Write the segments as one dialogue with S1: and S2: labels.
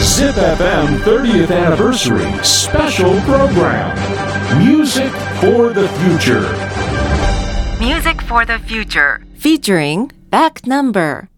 S1: Zip FM 30th Anniversary Special Program Music for the Future.
S2: Music for the Future featuring Back Number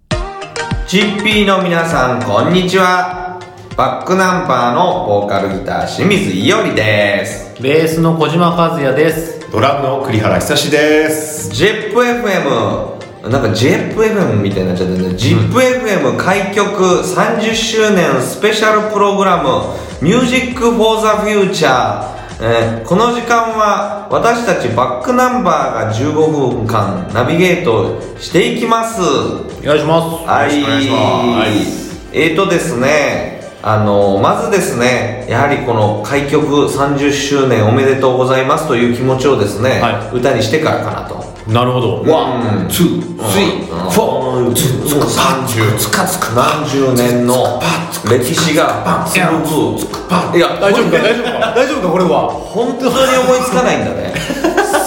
S3: チッピーの皆さんこんにちはバックナンバーのボーカルギター清水伊織です
S4: ベースの小島和也です。
S5: ドラムの栗原久志です。
S3: ジェップ FM なんかジェップ FM みたいになっちゃったねジップ FM 開局30周年スペシャルプログラム「Music for the Future」えーこの時間は私たちバックナンバーが15分間ナビゲートしていきます
S4: お願いします。
S3: はい
S5: よろしくお願いし
S3: えーとですねあのまずですねやはりこの開局30周年おめでとうございますという気持ちをですね、
S4: は
S3: 歌にしてからかなと
S4: なるほど。
S5: ワン、ツー、スリー、フォー、つつかパッチュー、つかつか
S3: 何十年の歴史がすごくいや
S5: 大丈夫か大丈夫か大丈夫かこれは。
S3: 本当に思いつかないんだね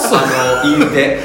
S3: あの言いて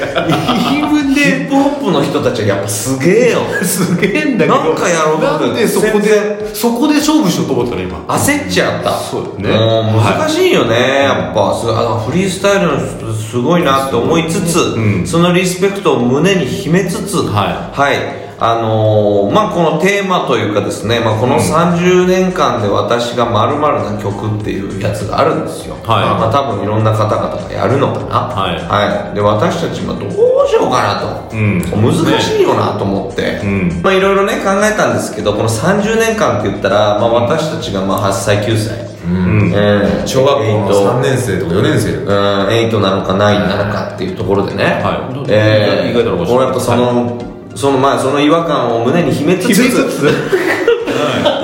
S3: 言い分でヒップホップの人たちがやっぱすげえよ
S5: すげえんだけど。
S3: なんかやろうと思
S5: な
S3: って
S5: んでそこでそこで勝負しようと思ったの今。
S3: 焦っちゃった
S5: そうだね
S3: もう難しいよね、やっぱすあフリースタイルの人すごいなって思いつつ、
S5: うん
S3: そのリスペクトを胸に秘めつつ
S4: は
S3: はいあのーまあこのテーマというかですね、まあ、この30年間で私がまるな曲っていうやつがあるんですよ、まあ、多分いろんな方々がやるのかな
S4: はい
S3: はい、で私たちもどうしようかなと、
S5: うん
S3: 難しいよなと思って、
S5: うん
S3: まあいろいろね考えたんですけどこの30年間って言ったら、まあ、私たちがまあ8歳9歳、
S5: うん。
S3: えー
S6: 小学校
S3: えー
S6: の
S3: と
S6: 3年生とか4年生
S3: うん、8なのか9なのかっていうところでね、
S4: はい
S3: え
S4: 意外だろ
S3: ー、
S4: うこっち
S3: 俺やっぱその、そのまあその違和感を胸に秘めつつ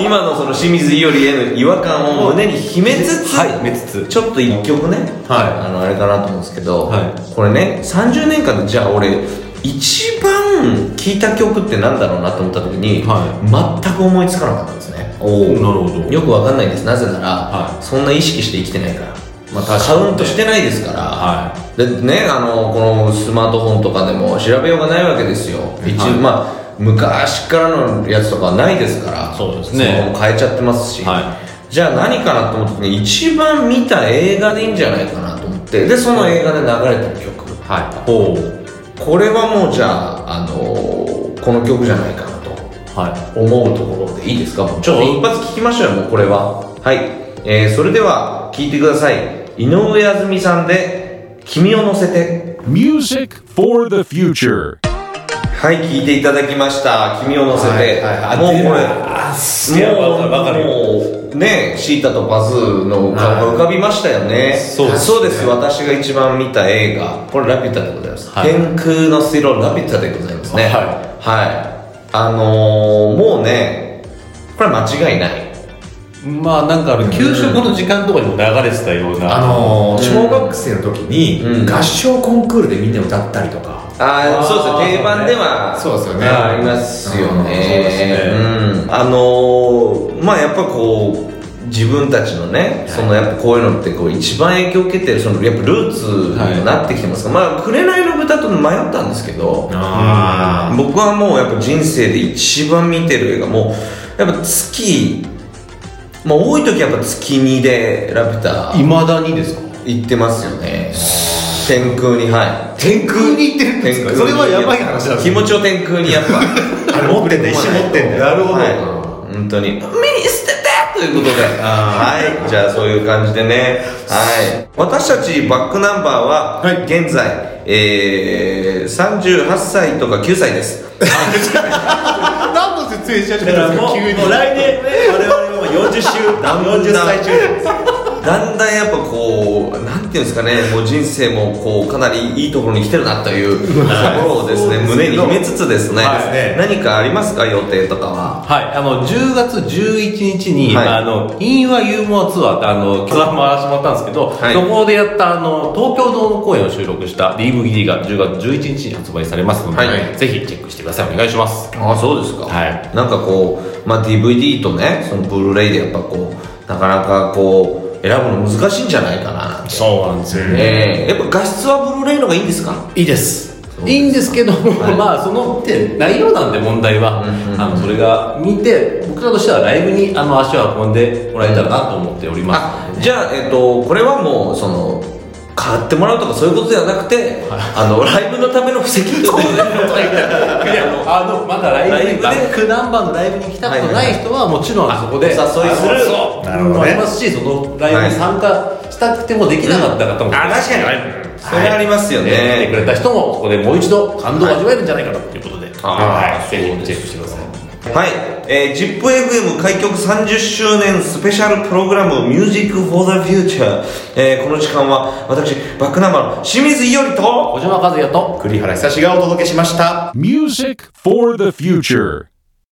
S3: 今のその清水伊織への違和感を胸に秘めつつ、
S5: はいめつつ
S3: ちょっと一曲ね、
S5: は
S3: あのあれかなと思うんですけど、
S5: は
S3: これね30年間でじゃあ俺一番聴いた曲ってなんだろうなと思った時に、全く思いつかなかったんですね
S5: おなるほど。
S3: よくわかんないですなぜなら、
S5: は
S3: そんな意識して生きてないから、まあ、
S5: 確
S3: カ
S5: かにね
S3: ウントしてないですから、
S5: は
S3: でねあのこのスマートフォンとかでも調べようがないわけですよ、一まあ昔からのやつとかはないですから
S4: そうですね
S3: その変えちゃってますし、
S4: はい
S3: じゃあ何かなと思った時に一番見た映画でいいんじゃないかなと思ってでその映画で流れてる曲、
S4: はい。おお。
S3: これはもうじゃあ、あのこの曲じゃないかなと
S4: は
S3: 思うところでいいですかもうちょっと一発聞きましょうよもうこれははい、えー、それでは聞いてください井上あずみさんで「君を乗せて
S1: Music for the Future.」
S3: はい聞いていただきました「君を乗せて」もうこれもうもうねシータとパズーの顔が浮かびましたよね、そうです私が一番見た映画これ「ラピュタ」でございます、
S4: はい
S3: 天空の城ラピュタでございますね
S4: はい
S3: はいあのー、もうねこれは間違いない
S4: い。まあなんかあの給食の時間とかにも流れてたような。
S6: あのー小学生の時
S3: うん
S6: に合唱コンクールでみんな歌ったりとか
S3: ああそうですね定番では
S6: そうですよね
S3: ありますよね,、うん、
S6: うんそうですね
S3: あのーまあやっぱこう自分たちのね、そのやっぱこういうのってこう一番影響を受けてるそのやっぱルーツになってきてますから、まあ「紅の豚」と迷ったんですけど
S6: あ
S3: 僕はもうやっぱ人生で一番見てる映画もうやっぱ月まあ多い時やっぱ月2で「ラピュタ」
S4: いまだにですか。
S3: 行ってますよね天空にはい
S6: 天空に行ってるんですかそれはやばい話だ
S3: 気持ちを天空にやっぱ
S6: あれ持ってんだ一緒に持ってんだなるほ
S3: はい本当に目に捨ててということではいじゃあそういう感じでねはい私たちバックナンバーは
S6: はい
S3: 現在、えー、38歳とか9歳です
S6: 何の説明し始めたんですか急に
S5: 来年ね我々も40周
S3: だんだん
S5: 40歳中年です。
S3: だんだんやっぱこうなんていうんですかねもう人生もこうかなりいいところに来てるなというところをですね胸に秘めつつですね、
S6: はい
S3: 何かありますか予定とかは
S4: はい、あの10月11日に、
S3: はい
S4: あのインワユーモアツアーってあのツアー回してもらったんですけど、
S3: はい
S4: そこでやったあの東京ドーム公演を収録した DVD が10月11日に発売されますので、
S3: はい
S4: ぜひチェックしてくださいお願いします。
S3: あそうですか
S4: はい
S3: なんかこう、まあ、DVD とねそのブルーレイでやっぱこうなかなかこう選ぶの難しいんじゃないかな
S4: そうなんですよ
S3: ええやっぱ画質はブルーレイの方がいいんですか
S4: いいです。いいんですけども、まあそのって内容なんで問題は、あのそれが見て僕らとしてはライブにあの足を運んでもらえたらなと思っております、
S3: あじゃあ、えっと、これはもうその買ってもらうとかそういうことではなくて、あのライブのための布石ってことで
S4: いやあのまだライブでバックナンバーのライブに来たことない人はもちろんそこで
S3: あお誘いする
S4: あのそう
S6: なるほどね
S4: もありますしそのライブに参加したくてもできなかった方も、
S6: あ確かに
S3: それありますよね、
S4: えー来てくれた人もそこでもう一度感動を味わえるんじゃないかなということで、はい、ぜひチェックしてください
S3: はい、えー、ZIPFM 開局30周年スペシャルプログラム「Music for the Future」えーこの時間は私バックナンバーの清水伊織と
S4: 小島和也と
S6: 栗原久志がお届けしました
S1: Music for the Future.